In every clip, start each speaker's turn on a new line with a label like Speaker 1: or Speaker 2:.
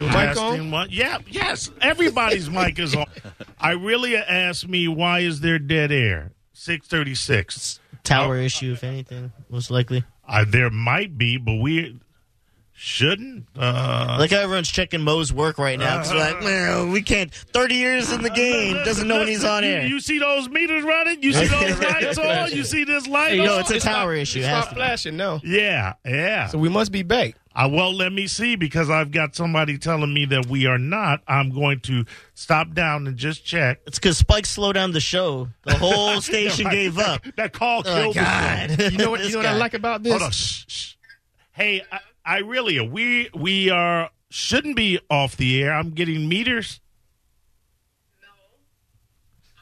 Speaker 1: Michael?
Speaker 2: Asking what? Yeah, yes. Everybody's mic is on. I really asked me why is there dead air? Six thirty six.
Speaker 3: Tower issue, if anything, most likely.
Speaker 2: Uh, there might be, but we shouldn't. Uh,
Speaker 3: Like how everyone's checking Mo's work right now. 'cause we're
Speaker 1: Uh-huh.
Speaker 3: like, well, we can't. 30 years in the game, doesn't know when he's on
Speaker 2: You-
Speaker 3: air.
Speaker 2: You see those meters running? You see those lights on? You see this light
Speaker 3: No,
Speaker 2: on?
Speaker 3: it's a tower issue.
Speaker 1: It's
Speaker 3: it has
Speaker 1: not
Speaker 3: to be.
Speaker 1: flashing, no.
Speaker 2: yeah, yeah.
Speaker 1: So we must be back.
Speaker 2: I, well, let me see because I've got somebody telling me that we are not. I'm going to stop down and just check.
Speaker 3: It's because Spike slowed down the show. The whole station gave up.
Speaker 2: That call
Speaker 3: Oh,
Speaker 2: killed me.
Speaker 3: God.
Speaker 1: You know what? you
Speaker 3: This
Speaker 1: know what I
Speaker 3: guy.
Speaker 1: like about
Speaker 2: Hold on.
Speaker 1: this?
Speaker 2: Shh, shh. Hey, I, I really we we are shouldn't be off the air. I'm getting meters.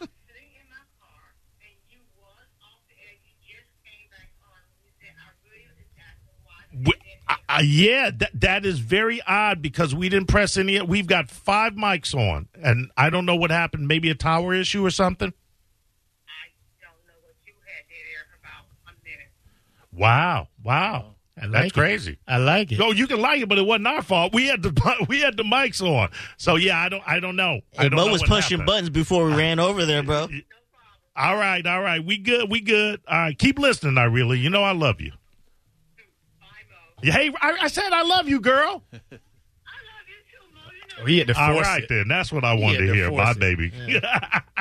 Speaker 4: sitting in my car and you was off the air. You just came back on. You said, I really got to watch.
Speaker 2: We, I, I, yeah, that that is very odd because we didn't press any. We've got five mics on, and I don't know what happened. Maybe a tower issue or something.
Speaker 4: I don't know what you had there about a minute.
Speaker 2: Wow, wow, and that's
Speaker 3: like it.
Speaker 2: crazy.
Speaker 3: I like it.
Speaker 2: No, you can like it, but it wasn't our fault. We had the we had the mics on. So yeah, I don't I don't know. I
Speaker 3: Hey,
Speaker 2: don't
Speaker 3: Mo
Speaker 2: know
Speaker 3: was
Speaker 2: what
Speaker 3: pushing
Speaker 2: happened.
Speaker 3: buttons before we ran over there, bro.
Speaker 2: All right, all right, we good, we good. All right, keep listening. I really, you know, I love you.
Speaker 4: Bye, Mo.
Speaker 2: Yeah, Hey, I, I said I love you, girl.
Speaker 4: I love you too, Mo. You know,
Speaker 1: We had to force
Speaker 2: All right,
Speaker 1: it.
Speaker 2: then that's what I wanted
Speaker 1: Yeah,
Speaker 2: to hear,
Speaker 1: divorce
Speaker 2: my
Speaker 1: it.
Speaker 2: baby.
Speaker 5: Uh,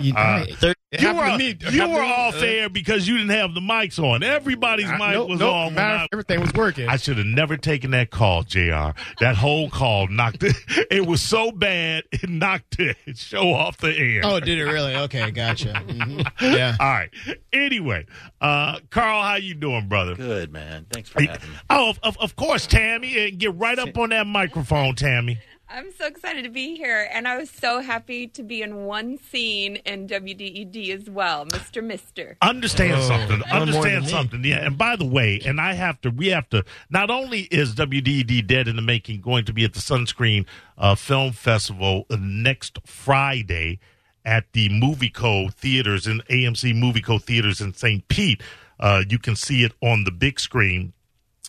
Speaker 1: You,
Speaker 3: Thir-
Speaker 1: it
Speaker 2: you
Speaker 1: happened
Speaker 2: were
Speaker 1: to me. It
Speaker 2: you
Speaker 1: happened
Speaker 2: were
Speaker 1: to me.
Speaker 2: off
Speaker 1: Uh,
Speaker 2: air because you didn't have the mics on. Everybody's
Speaker 1: I-
Speaker 2: mic
Speaker 1: nope,
Speaker 2: was
Speaker 1: nope.
Speaker 2: on. when
Speaker 1: Matter
Speaker 2: I-
Speaker 1: of fact, everything was working.
Speaker 2: I should have never taken that call, Jr. That whole call knocked it. It was so bad it knocked the show off the air.
Speaker 5: Oh, did it really? Okay, gotcha. Mhm. Yeah.
Speaker 2: All right. Anyway, uh, Carl, how you doing, brother?
Speaker 6: Good man. Thanks for having me.
Speaker 2: Oh, of, of, of course, Tammy. And get right up on that microphone, Tammy.
Speaker 7: I'm so excited to be here, and I was so happy to be in one scene in WDED as well, Mr. Mister.
Speaker 2: Understand
Speaker 3: Oh,
Speaker 2: something.
Speaker 3: one more than
Speaker 2: Understand
Speaker 3: me.
Speaker 2: something. Yeah. And by the way, and I have to, we have to, not only is WDED Dead in the Making going to be at the Sunscreen uh, Film Festival uh, next Friday at the Movie Co Theaters in AMC Movie Co Theaters in St. Pete. Uh, you can see it on the big screen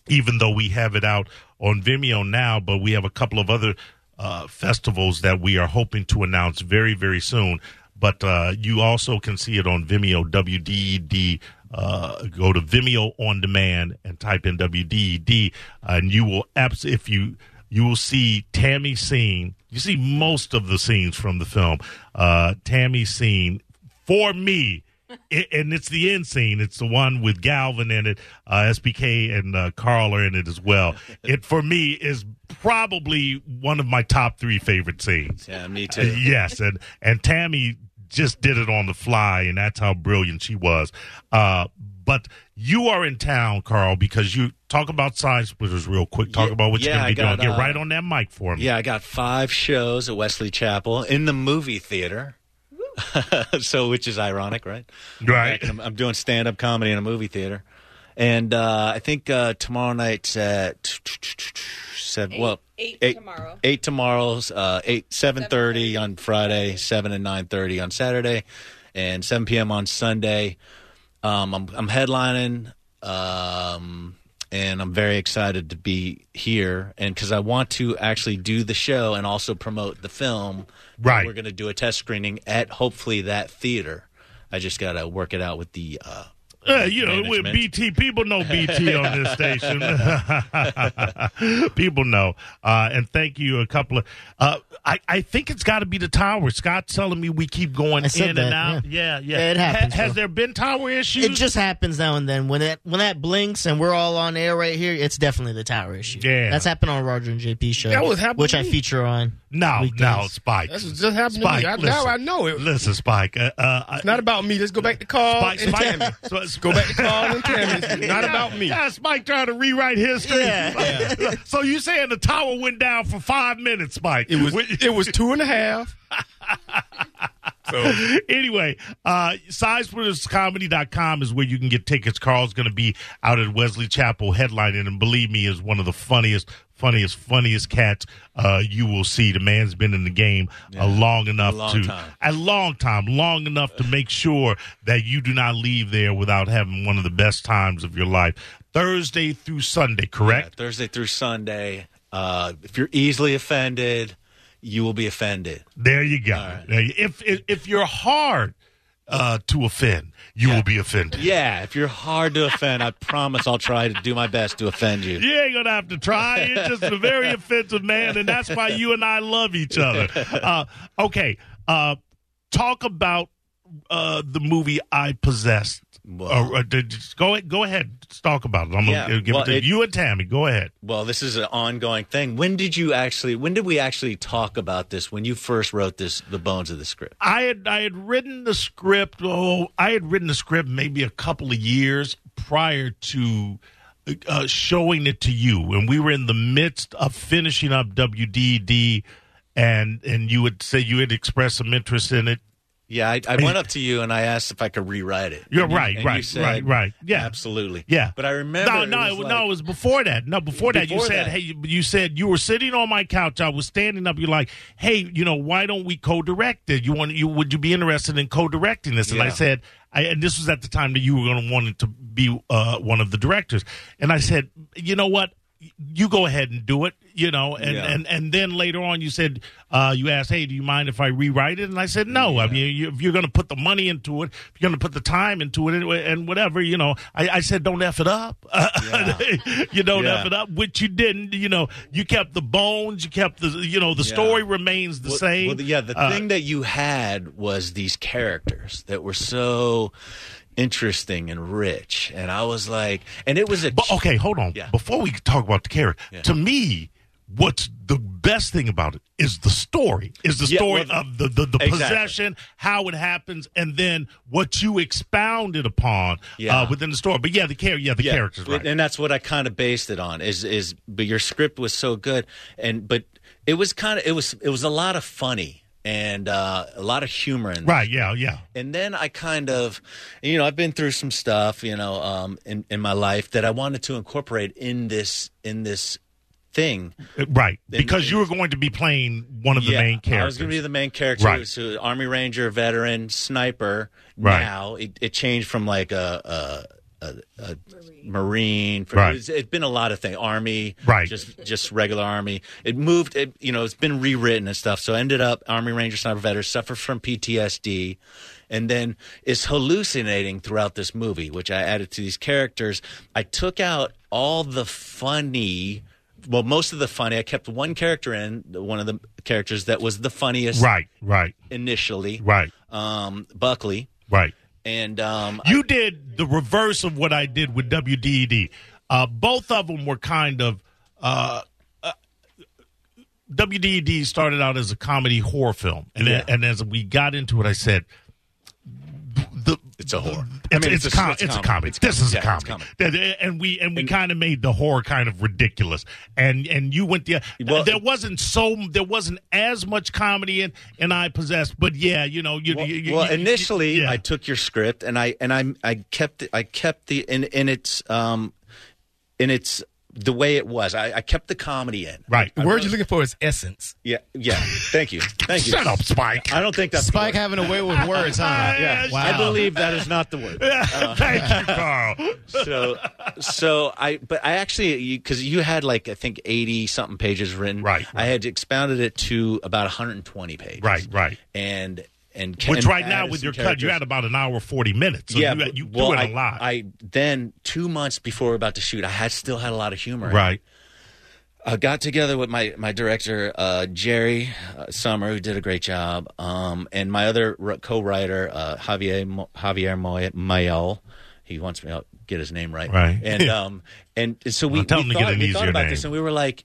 Speaker 2: even though we have it out on Vimeo now, but we have a couple of other uh, festivals that we are hoping to announce very, very soon. But uh, you also can see it on Vimeo, WDED. Uh, go to Vimeo on demand and type in WDED, and you will abs- if you you will see Tammy scene. You see most of the scenes from the film. Uh, Tammy scene for me. I- and it's the end scene. It's the one with Galvin in it. Uh, SBK and uh, Carl are in it as well. It for me is probably one of my top three favorite scenes.
Speaker 6: Yeah, me
Speaker 2: Uh,
Speaker 6: too.
Speaker 2: yes, and and Tammy just did it on the fly, and that's how brilliant she was. Uh, but you are in town, Carl, because you talk about side splitters real quick. Talk
Speaker 6: Yeah,
Speaker 2: about what you're
Speaker 6: yeah,
Speaker 2: going to be
Speaker 6: I got,
Speaker 2: doing. Get
Speaker 6: uh,
Speaker 2: right on that mic for me.
Speaker 6: Yeah, I got five shows at Wesley Chapel in the movie theater. so, which is ironic, right?
Speaker 2: right.
Speaker 6: I'm, I'm doing stand up comedy in a movie theater. And uh, I think uh, tomorrow night's at seven. well,
Speaker 7: Eight tomorrow.
Speaker 6: Eight tomorrow's uh, eight seven thirty on Friday, seven and nine thirty on Saturday, and seven p.m. on Sunday. Um, I'm, I'm headlining, um, and I'm very excited to be here, and because I want to actually do the show and also promote the film.
Speaker 2: Right.
Speaker 6: we're going to do a test screening at hopefully that theater. I just got to work it out with the. Uh,
Speaker 2: Uh, you know, with
Speaker 6: Management.
Speaker 2: BT, people know BT on this station. people know. Uh, and thank you. A couple of, uh, I, I think it's got to be the tower. Scott's telling me we keep going
Speaker 3: I
Speaker 2: in
Speaker 3: said
Speaker 2: and
Speaker 3: that,
Speaker 2: out. Yeah, yeah.
Speaker 3: Yeah, it happens,
Speaker 2: has
Speaker 3: though.
Speaker 2: there been tower issues?
Speaker 3: It just happens now and then. When that when that blinks and we're all on air right here, it's definitely the tower issue.
Speaker 2: Yeah.
Speaker 3: that's happened on Roger and JP show.
Speaker 5: That was happening
Speaker 3: which
Speaker 5: to
Speaker 3: I
Speaker 5: me.
Speaker 3: feature on.
Speaker 2: no, no,
Speaker 3: weekdays.
Speaker 2: Spike.
Speaker 5: That's what just happened
Speaker 2: Spike,
Speaker 5: to me. I,
Speaker 2: listen.
Speaker 5: now I know it.
Speaker 2: Listen, Spike. Uh, uh, I-
Speaker 5: It's not about me. Let's go back to Carl
Speaker 2: Spike,
Speaker 5: and
Speaker 2: Spike,
Speaker 5: Tammy.
Speaker 2: So- so-
Speaker 5: Go back to Carl and Tammy. It's not about me.
Speaker 2: Yeah, Spike trying to rewrite history.
Speaker 3: Yeah.
Speaker 2: so you saying the tower went down for five minutes, Spike?
Speaker 5: It was it was two and a half. So
Speaker 2: anyway, uh, sizesplitterscomedy.com is where you can get tickets. Carl's going to be out at Wesley Chapel headlining, and believe me, is one of the funniest, funniest, funniest cats uh, you will see. The man's been in the game uh, long enough
Speaker 6: long
Speaker 2: to
Speaker 6: time.
Speaker 2: a long time, long enough to make sure that you do not leave there without having one of the best times of your life. Thursday through Sunday, correct?
Speaker 6: Thursday through Uh, Sunday, Uh, if you're easily offended, you will be offended.
Speaker 2: There you go. There you- if, if if you're hard uh, to offend, you will be offended.
Speaker 6: Yeah, if you're hard to offend, I promise I'll try to do my best to offend you.
Speaker 2: You ain't gonna have to try. You're just a very offensive man, and that's why you and I love each other. Uh, okay, uh, talk about uh, the movie I possessed.
Speaker 6: Well-
Speaker 2: Uh, uh, did- just go go ahead, talk about it. I'm gonna
Speaker 6: Yeah,
Speaker 2: give
Speaker 6: well,
Speaker 2: it to
Speaker 6: it-
Speaker 2: you and Tammy. Go ahead.
Speaker 6: Well, this is an ongoing thing. When did you actually? When did we actually talk about this? When you first wrote this, the bones of the script.
Speaker 2: I had I had written the script. Oh, I had written the script maybe a couple of years prior to uh, showing it to you, and we were in the midst of finishing up WDD, and and you would say you had expressed some interest in it.
Speaker 6: Yeah, I, I went up to you and I asked if I could rewrite it.
Speaker 2: You're
Speaker 6: And you-
Speaker 2: right,
Speaker 6: and you
Speaker 2: right,
Speaker 6: said,
Speaker 2: right, right. Yeah,
Speaker 6: absolutely.
Speaker 2: Yeah.
Speaker 6: but I remember.
Speaker 2: No, no,
Speaker 6: it
Speaker 2: it,
Speaker 6: was
Speaker 2: no. It
Speaker 6: like-
Speaker 2: was before that. No, before that, you
Speaker 6: Before
Speaker 2: said,
Speaker 6: that.
Speaker 2: "Hey, you, you said you were sitting on my couch. I was standing up. You're like, hey, you know, why don't we co-direct it? You want you would you be interested in co-directing this?" And I
Speaker 6: Yeah.
Speaker 2: said, I, and this was at the time that you were going to want it to be uh, one of the directors. And I said, you know what? You go ahead and do it, you know, and,
Speaker 6: Yeah.
Speaker 2: and, and then later on you said uh, you asked, hey, do you mind if I rewrite it? And I said, no. I mean, you, if you're going to put the money into it, if you're going to put the time into it, and, and whatever, you know, I, I said, don't f it up. you don't
Speaker 6: Yeah.
Speaker 2: f it up, which you didn't. You know, you kept the bones, you kept the, you know, the
Speaker 6: Yeah.
Speaker 2: story remains the
Speaker 6: well,
Speaker 2: same.
Speaker 6: well, yeah, the
Speaker 2: Uh,
Speaker 6: thing that you had was these characters that were so interesting and rich, and I was like, and it was a
Speaker 2: But okay, hold on.
Speaker 6: Yeah.
Speaker 2: Before we talk about the character,
Speaker 6: Yeah.
Speaker 2: to me, what's the best thing about it is the story. Is the
Speaker 6: Yeah,
Speaker 2: story
Speaker 6: well,
Speaker 2: of the the, the
Speaker 6: exactly.
Speaker 2: possession, how it happens, and then what you expounded upon
Speaker 6: Yeah.
Speaker 2: uh, within the story. But yeah, the character, yeah, the characters, right?
Speaker 6: And that's what I kind of based it on. Is is but your script was so good, and but it was kind of it was it was a lot of funny and uh, a lot of humor in there.
Speaker 2: right? Yeah, yeah.
Speaker 6: And then I kind of, you know, I've been through some stuff, you know, um, in in my life that I wanted to incorporate in this in this thing.
Speaker 2: Uh, Right, because you were going to be playing one of the main characters.
Speaker 6: I was going to be the main character.
Speaker 2: Right.
Speaker 6: So Army Ranger, veteran, sniper.
Speaker 2: Right.
Speaker 6: Now it, it changed from like a. a a, a marine, For-
Speaker 2: Right.
Speaker 6: It's, it's been a lot of things. Army,
Speaker 2: Right.
Speaker 6: Just just regular army. It moved. It, you know, it's been rewritten and stuff. So I ended up Army Ranger Sniper Veteran suffered from PTSD, and then is hallucinating throughout this movie, which I added to these characters. I took out all the funny. Well, most of the funny. I kept one character in one of the characters that was the funniest
Speaker 2: right, right,
Speaker 6: initially.
Speaker 2: right,
Speaker 6: Um, Buckley
Speaker 2: right.
Speaker 6: and um,
Speaker 2: You did the reverse of what I did with WDED. Uh, both of them were kind of. Uh, uh, WDED started out as a comedy horror film, and then- and as we got into it, I said, "The
Speaker 6: it's a horror.
Speaker 2: it's, it's, a, com- it's, a comedy. This is
Speaker 6: yeah,
Speaker 2: a
Speaker 6: it's
Speaker 2: comedy. Th- And we and we kind of made the horror kind of ridiculous. And and you went the
Speaker 6: Well,
Speaker 2: there
Speaker 6: it-
Speaker 2: wasn't so there wasn't as much comedy in and I possessed, but yeah, you know, you,
Speaker 6: Well,
Speaker 2: you- you-
Speaker 6: well,
Speaker 2: you-
Speaker 6: initially,
Speaker 2: yeah.
Speaker 6: I took your script and I and I I kept it- I kept the in in its um in its the way it was. I, I kept the comedy in.
Speaker 2: right.
Speaker 5: The word you're looking for is essence.
Speaker 6: Yeah, yeah. Thank you, thank you.
Speaker 2: Shut up, Spike.
Speaker 6: I don't think that's the
Speaker 5: Spike
Speaker 6: word.
Speaker 5: having a way with words, huh?
Speaker 2: Yeah,
Speaker 5: Wow.
Speaker 6: I believe that is not the word.
Speaker 2: Thank you, Carl.
Speaker 6: So, so I, but I actually, because you, had like I think eighty something pages written,
Speaker 2: Right,
Speaker 6: I had expounded it to about one hundred and twenty pages,
Speaker 2: Right, right.
Speaker 6: and and
Speaker 2: Which
Speaker 6: and
Speaker 2: right now
Speaker 6: added
Speaker 2: with
Speaker 6: some
Speaker 2: your cut, you're
Speaker 6: characters.
Speaker 2: at about an hour forty minutes. So you,
Speaker 6: but-
Speaker 2: you do
Speaker 6: well,
Speaker 2: it
Speaker 6: I,
Speaker 2: a lot.
Speaker 6: I then two months before we are about to shoot, I had still had a lot of humor. in it.
Speaker 2: right.
Speaker 6: I got together with my my director uh, Jerry uh, Summer, who did a great job, um, and my other r- co-writer uh, Javier Mo- Javier Moy- Mayel. He wants me to get his name right,
Speaker 2: Right.
Speaker 6: And um, and so we,
Speaker 2: Well, tell
Speaker 6: we
Speaker 2: him to
Speaker 6: thought,
Speaker 2: get an
Speaker 6: we thought
Speaker 2: easier
Speaker 6: about
Speaker 2: name.
Speaker 6: this, and we were like,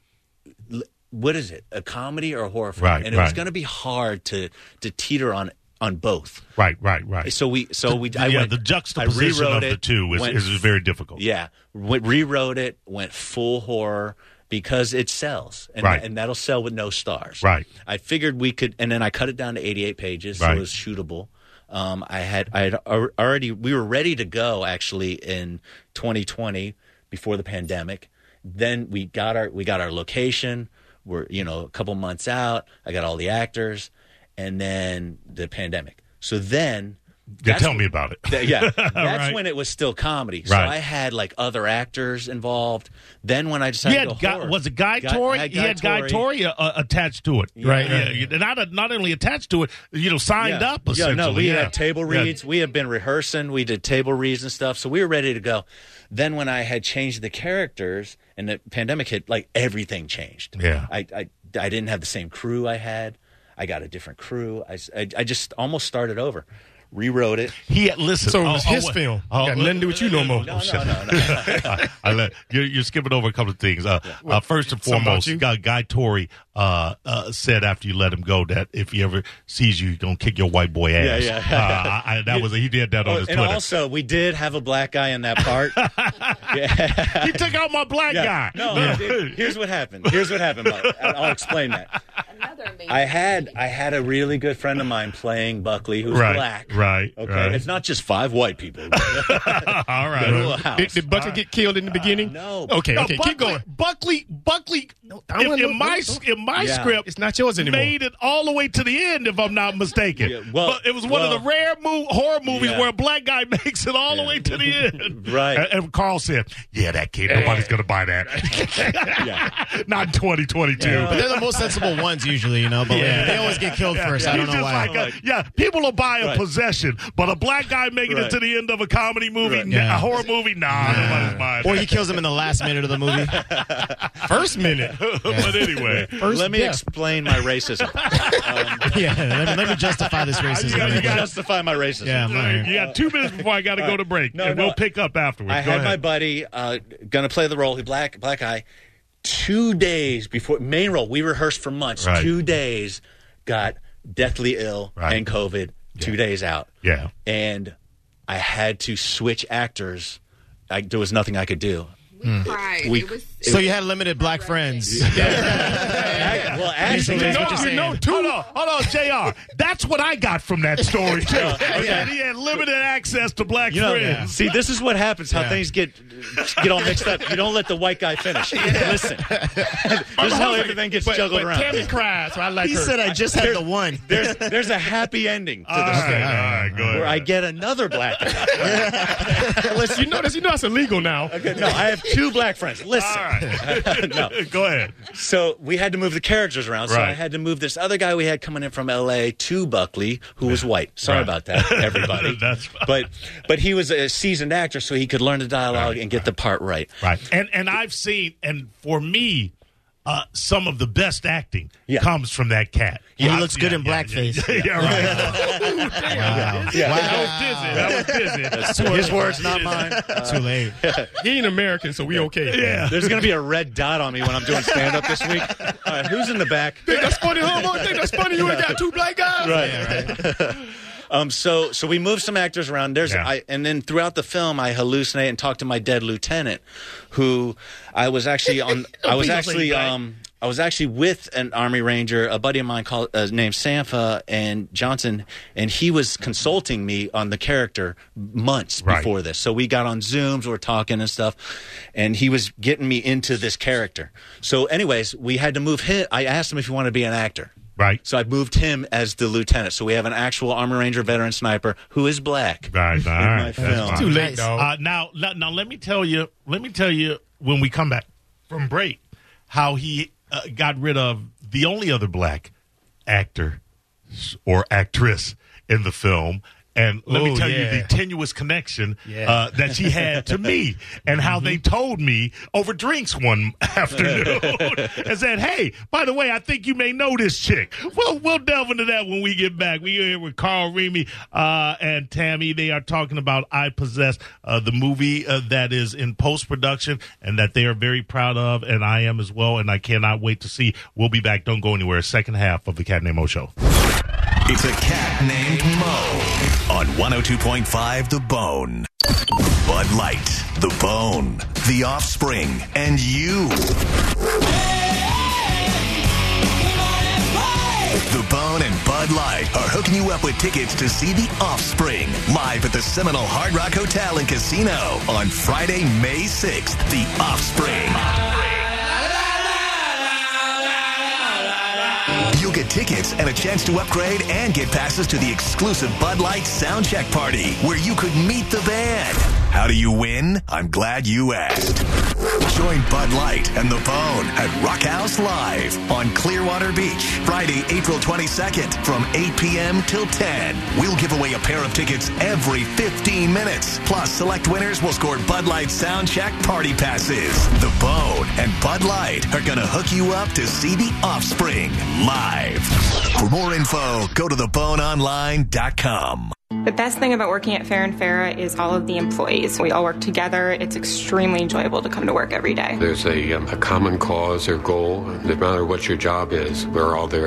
Speaker 6: l- "What is it? A comedy or a horror film?"
Speaker 2: Right,
Speaker 6: and it was
Speaker 2: right.
Speaker 6: going to be hard to to teeter on on both.
Speaker 2: Right, right, right.
Speaker 6: So we so we I
Speaker 2: yeah,
Speaker 6: went,
Speaker 2: the juxtaposition
Speaker 6: I
Speaker 2: of
Speaker 6: rewrote
Speaker 2: the
Speaker 6: it,
Speaker 2: two is,
Speaker 6: went
Speaker 2: is very difficult.
Speaker 6: yeah, went, rewrote it, went full horror because it sells, and,
Speaker 2: Right.
Speaker 6: and that'll sell with no stars.
Speaker 2: Right.
Speaker 6: I figured we could, and then I cut it down to 88 pages, so
Speaker 2: Right.
Speaker 6: it was shootable. Um, I had I had al- already we were ready to go actually in 2020 before the pandemic. Then we got our we got our location. We're you know a couple months out. I got all the actors, and then the pandemic. So then
Speaker 2: Yeah,
Speaker 6: That's
Speaker 2: tell
Speaker 6: what-
Speaker 2: me about it.
Speaker 6: Th- yeah, that's
Speaker 2: Right.
Speaker 6: when it was still comedy. So
Speaker 2: Right.
Speaker 6: I had like other actors involved. Then when I
Speaker 2: He
Speaker 6: decided to go
Speaker 2: had guy,
Speaker 6: horror-
Speaker 2: was it Guy
Speaker 6: Guy-
Speaker 2: Tory?
Speaker 6: I had
Speaker 2: he had Guy
Speaker 6: Tory.
Speaker 2: Tory uh, uh, attached to it,
Speaker 6: Yeah.
Speaker 2: right?
Speaker 6: Right.
Speaker 2: Yeah, not uh, not only attached to it, you know, signed
Speaker 6: Yeah.
Speaker 2: up.
Speaker 6: Yeah,
Speaker 2: Essentially.
Speaker 6: no, we
Speaker 2: yeah.
Speaker 6: had table
Speaker 2: Yeah.
Speaker 6: reads. We had been rehearsing. We did table reads and stuff, so we were ready to go. Then when I had changed the characters and the pandemic hit, like everything changed.
Speaker 2: Yeah.
Speaker 6: I I, I didn't have the same crew I had. I got a different crew. I, s- I- I just almost started over, rewrote it.
Speaker 2: He had, listen. oh,
Speaker 5: So it was his film. Got nothing to do with you no more.
Speaker 6: No, no, no, no.
Speaker 2: I, I let, you're, you're skipping over a couple of things. Uh, uh, first and
Speaker 5: Something about
Speaker 2: foremost,
Speaker 5: you?
Speaker 2: Guy, Guy Tory uh, uh, said after you let him go that if he ever sees you, he's gonna kick your white boy ass.
Speaker 6: yeah.
Speaker 2: Uh, I, I, that was he did that on
Speaker 6: Oh,
Speaker 2: his
Speaker 6: and
Speaker 2: Twitter.
Speaker 6: also, we did have a black guy in that part. yeah.
Speaker 2: he took out my black
Speaker 6: Yeah.
Speaker 2: guy.
Speaker 6: No, dude, here's what happened. Here's what happened. Mike. I- I'll explain that.
Speaker 7: Another amazing.
Speaker 6: I had I had a really good friend of mine playing Buckley, who's
Speaker 2: Right,
Speaker 6: black.
Speaker 2: right,
Speaker 6: Okay,
Speaker 2: right.
Speaker 6: it's not just five white people.
Speaker 2: All right.
Speaker 6: Middle of house.
Speaker 5: Did, did Buckley get killed in the beginning?
Speaker 6: no.
Speaker 5: Okay,
Speaker 2: No,
Speaker 5: okay,
Speaker 2: Buckley,
Speaker 5: keep going.
Speaker 2: Buckley, Buckley.
Speaker 5: I
Speaker 2: in,
Speaker 5: wanna
Speaker 2: in
Speaker 5: know-
Speaker 2: my
Speaker 5: don't-
Speaker 2: in my
Speaker 6: Yeah.
Speaker 2: script,
Speaker 5: It's not yours anymore.
Speaker 2: made it all the way to the end, if I'm not mistaken.
Speaker 6: Yeah, well-
Speaker 2: but it was one of
Speaker 6: well-
Speaker 2: the rare mo- horror movies
Speaker 6: Yeah.
Speaker 2: where a black guy makes it all the
Speaker 6: Yeah.
Speaker 2: way to the end.
Speaker 6: Right.
Speaker 2: And, and Carl said, "Yeah, that kid. Nobody's gonna buy that.
Speaker 6: Yeah.
Speaker 2: not in 2022."
Speaker 3: But
Speaker 2: Yeah.
Speaker 3: they're the most sensible ones usually, you know. But
Speaker 2: Yeah.
Speaker 3: they always get killed first. I don't
Speaker 2: He's
Speaker 3: know
Speaker 2: just
Speaker 3: why.
Speaker 2: like a- yeah, people will buy a
Speaker 6: Right.
Speaker 2: possession, but a black guy making it
Speaker 6: Right.
Speaker 2: to the end of a comedy movie,
Speaker 6: Right.
Speaker 2: nah,
Speaker 3: Yeah.
Speaker 2: a horror movie, nah, nobody's buying
Speaker 3: or
Speaker 2: that.
Speaker 3: he kills him in the last minute of the movie.
Speaker 5: First minute.
Speaker 2: but anyway,
Speaker 5: First,
Speaker 6: Let me
Speaker 5: yeah.
Speaker 6: explain my racism. Um,
Speaker 3: yeah, let me, let me justify this racism.
Speaker 2: Yeah,
Speaker 6: let me
Speaker 2: you got-
Speaker 6: justify my racism.
Speaker 3: yeah, I'm out here.
Speaker 2: you got two minutes before I got to go to break,
Speaker 6: No,
Speaker 2: and
Speaker 6: no.
Speaker 2: we'll pick up afterwards.
Speaker 6: I
Speaker 2: Go
Speaker 6: had
Speaker 2: ahead.
Speaker 6: my buddy uh, gonna play the role. He black black guy. Two days before main role, we rehearsed for months.
Speaker 2: Right.
Speaker 6: Two days, got deathly ill
Speaker 2: Right.
Speaker 6: and COVID. Two days out.
Speaker 2: yeah.
Speaker 6: and I had to switch actors. I, there was nothing I could do.
Speaker 7: we cried.
Speaker 6: Hmm. We-
Speaker 7: it was.
Speaker 3: So you had limited black friends.
Speaker 6: Act- well,
Speaker 3: Basically,
Speaker 6: actually,
Speaker 3: that's what
Speaker 2: No,
Speaker 3: you're
Speaker 2: you
Speaker 3: saying.
Speaker 2: know, hold on, hold on, Jr. That's what I got from that story too. That he had limited access to black
Speaker 6: you know,
Speaker 2: friends.
Speaker 6: see, this is what happens. How
Speaker 3: Yeah.
Speaker 6: things get get all mixed up. You don't let the white guy finish. Listen, this is how everything gets
Speaker 5: but,
Speaker 6: juggled
Speaker 5: but
Speaker 6: around.
Speaker 5: Tammy cried, so I like
Speaker 3: He
Speaker 5: her.
Speaker 3: said I just had the one.
Speaker 6: There's there's a happy ending to
Speaker 2: All
Speaker 6: this
Speaker 2: right,
Speaker 6: thing
Speaker 2: all right, go ahead.
Speaker 6: where I get another black. guy.
Speaker 5: Listen, you know this. You know it's illegal now.
Speaker 6: No, I have two black friends. Listen.
Speaker 2: all right.
Speaker 6: No.
Speaker 2: Go ahead.
Speaker 6: So we had to move the characters around. So
Speaker 2: Right.
Speaker 6: I had to move this other guy we had coming in from L.A. to Buckley, who was white. Sorry
Speaker 2: Right.
Speaker 6: about that, everybody.
Speaker 2: That's fine.
Speaker 6: but but he was a seasoned actor, so he could learn the dialogue and get the part right.
Speaker 2: Right. And and I've seen and for me, uh, some of the best acting
Speaker 6: Yeah.
Speaker 2: comes from that cat.
Speaker 3: He
Speaker 2: I've
Speaker 3: looks
Speaker 2: seen-
Speaker 3: good in
Speaker 2: yeah,
Speaker 3: blackface.
Speaker 2: Yeah, yeah, right.
Speaker 3: Wow.
Speaker 2: That was dizzy. That was dizzy.
Speaker 6: His words, not mine.
Speaker 3: Wow. Too late.
Speaker 5: He ain't American, so we okay.
Speaker 2: Yeah.
Speaker 6: There's going to be a red dot on me when I'm doing stand up this week. All right, who's in the back?
Speaker 5: Think that's funny, homo. Think that's funny. You ain't got two black guys.
Speaker 6: Um, so so we moved some actors around. There's
Speaker 2: Yeah.
Speaker 6: I, and then throughout the film, I hallucinate and talk to my dead lieutenant, who I was actually on. I
Speaker 5: Please don't
Speaker 6: was
Speaker 5: say
Speaker 6: actually
Speaker 5: black.
Speaker 6: um, I was actually with an Army Ranger, a buddy of mine called uh, named Sampha and Johnson, and he was consulting me on the character months
Speaker 2: Right.
Speaker 6: before this. So we got on Zooms, we were talking and stuff, and he was getting me into this character. So, anyways, we had to move him. I asked him if he wanted to be an actor.
Speaker 2: Right.
Speaker 6: So I moved him as the lieutenant. So we have an actual Army Ranger veteran sniper who is black.
Speaker 2: Right. All right. That's
Speaker 6: film.
Speaker 2: fine.
Speaker 5: Too late,
Speaker 3: Nice.
Speaker 5: dog.
Speaker 2: Uh, now, le- now let me tell you. Let me tell you when we come back from break how he uh, got rid of the only other black actor s- or actress in the film. And let me
Speaker 5: Oh,
Speaker 2: tell you
Speaker 5: yeah.
Speaker 2: the tenuous connection
Speaker 5: Yeah. Mm-hmm.
Speaker 2: uh, that she had to me, and how they told me over drinks one afternoon, and said, "Hey, by the way, I think you may know this chick." Well, we'll delve into that when we get back. We are here with Carl Remy uh, and Tammy. They are talking about "I Possess," uh, the movie uh, that is in post production and that they are very proud of, and I am as well. And I cannot wait to see. We'll be back. Don't go anywhere. Second half of the Cat Name O Show.
Speaker 1: It's a cat named Mo on 102.5 The Bone. Bud Light, The Bone, The Offspring, and you. The Bone and Bud Light are hooking you up with tickets to see The Offspring live at the Seminole Hard Rock Hotel and Casino on Friday, May 6th. The Offspring. You'll get get tickets and a chance to upgrade and get passes to the exclusive Bud Light Soundcheck Party where you could meet the band. How do you win? I'm glad you asked. Join Bud Light and The Bone at Rock House Live on Clearwater Beach, Friday, April 22nd from 8 p.m. till 10. We'll give away a pair of tickets every 15 minutes. Plus, select winners will score Bud Light Soundcheck Party Passes. The Bone and Bud Light are going to hook you up to see The Offspring live. For more info, go to theboneonline.com.
Speaker 8: The best thing about working at Fair and Farah is all of the employees. We all work together. It's extremely enjoyable to come to work every day.
Speaker 9: There's a, um, a common cause or goal. No matter what your job is, we're all there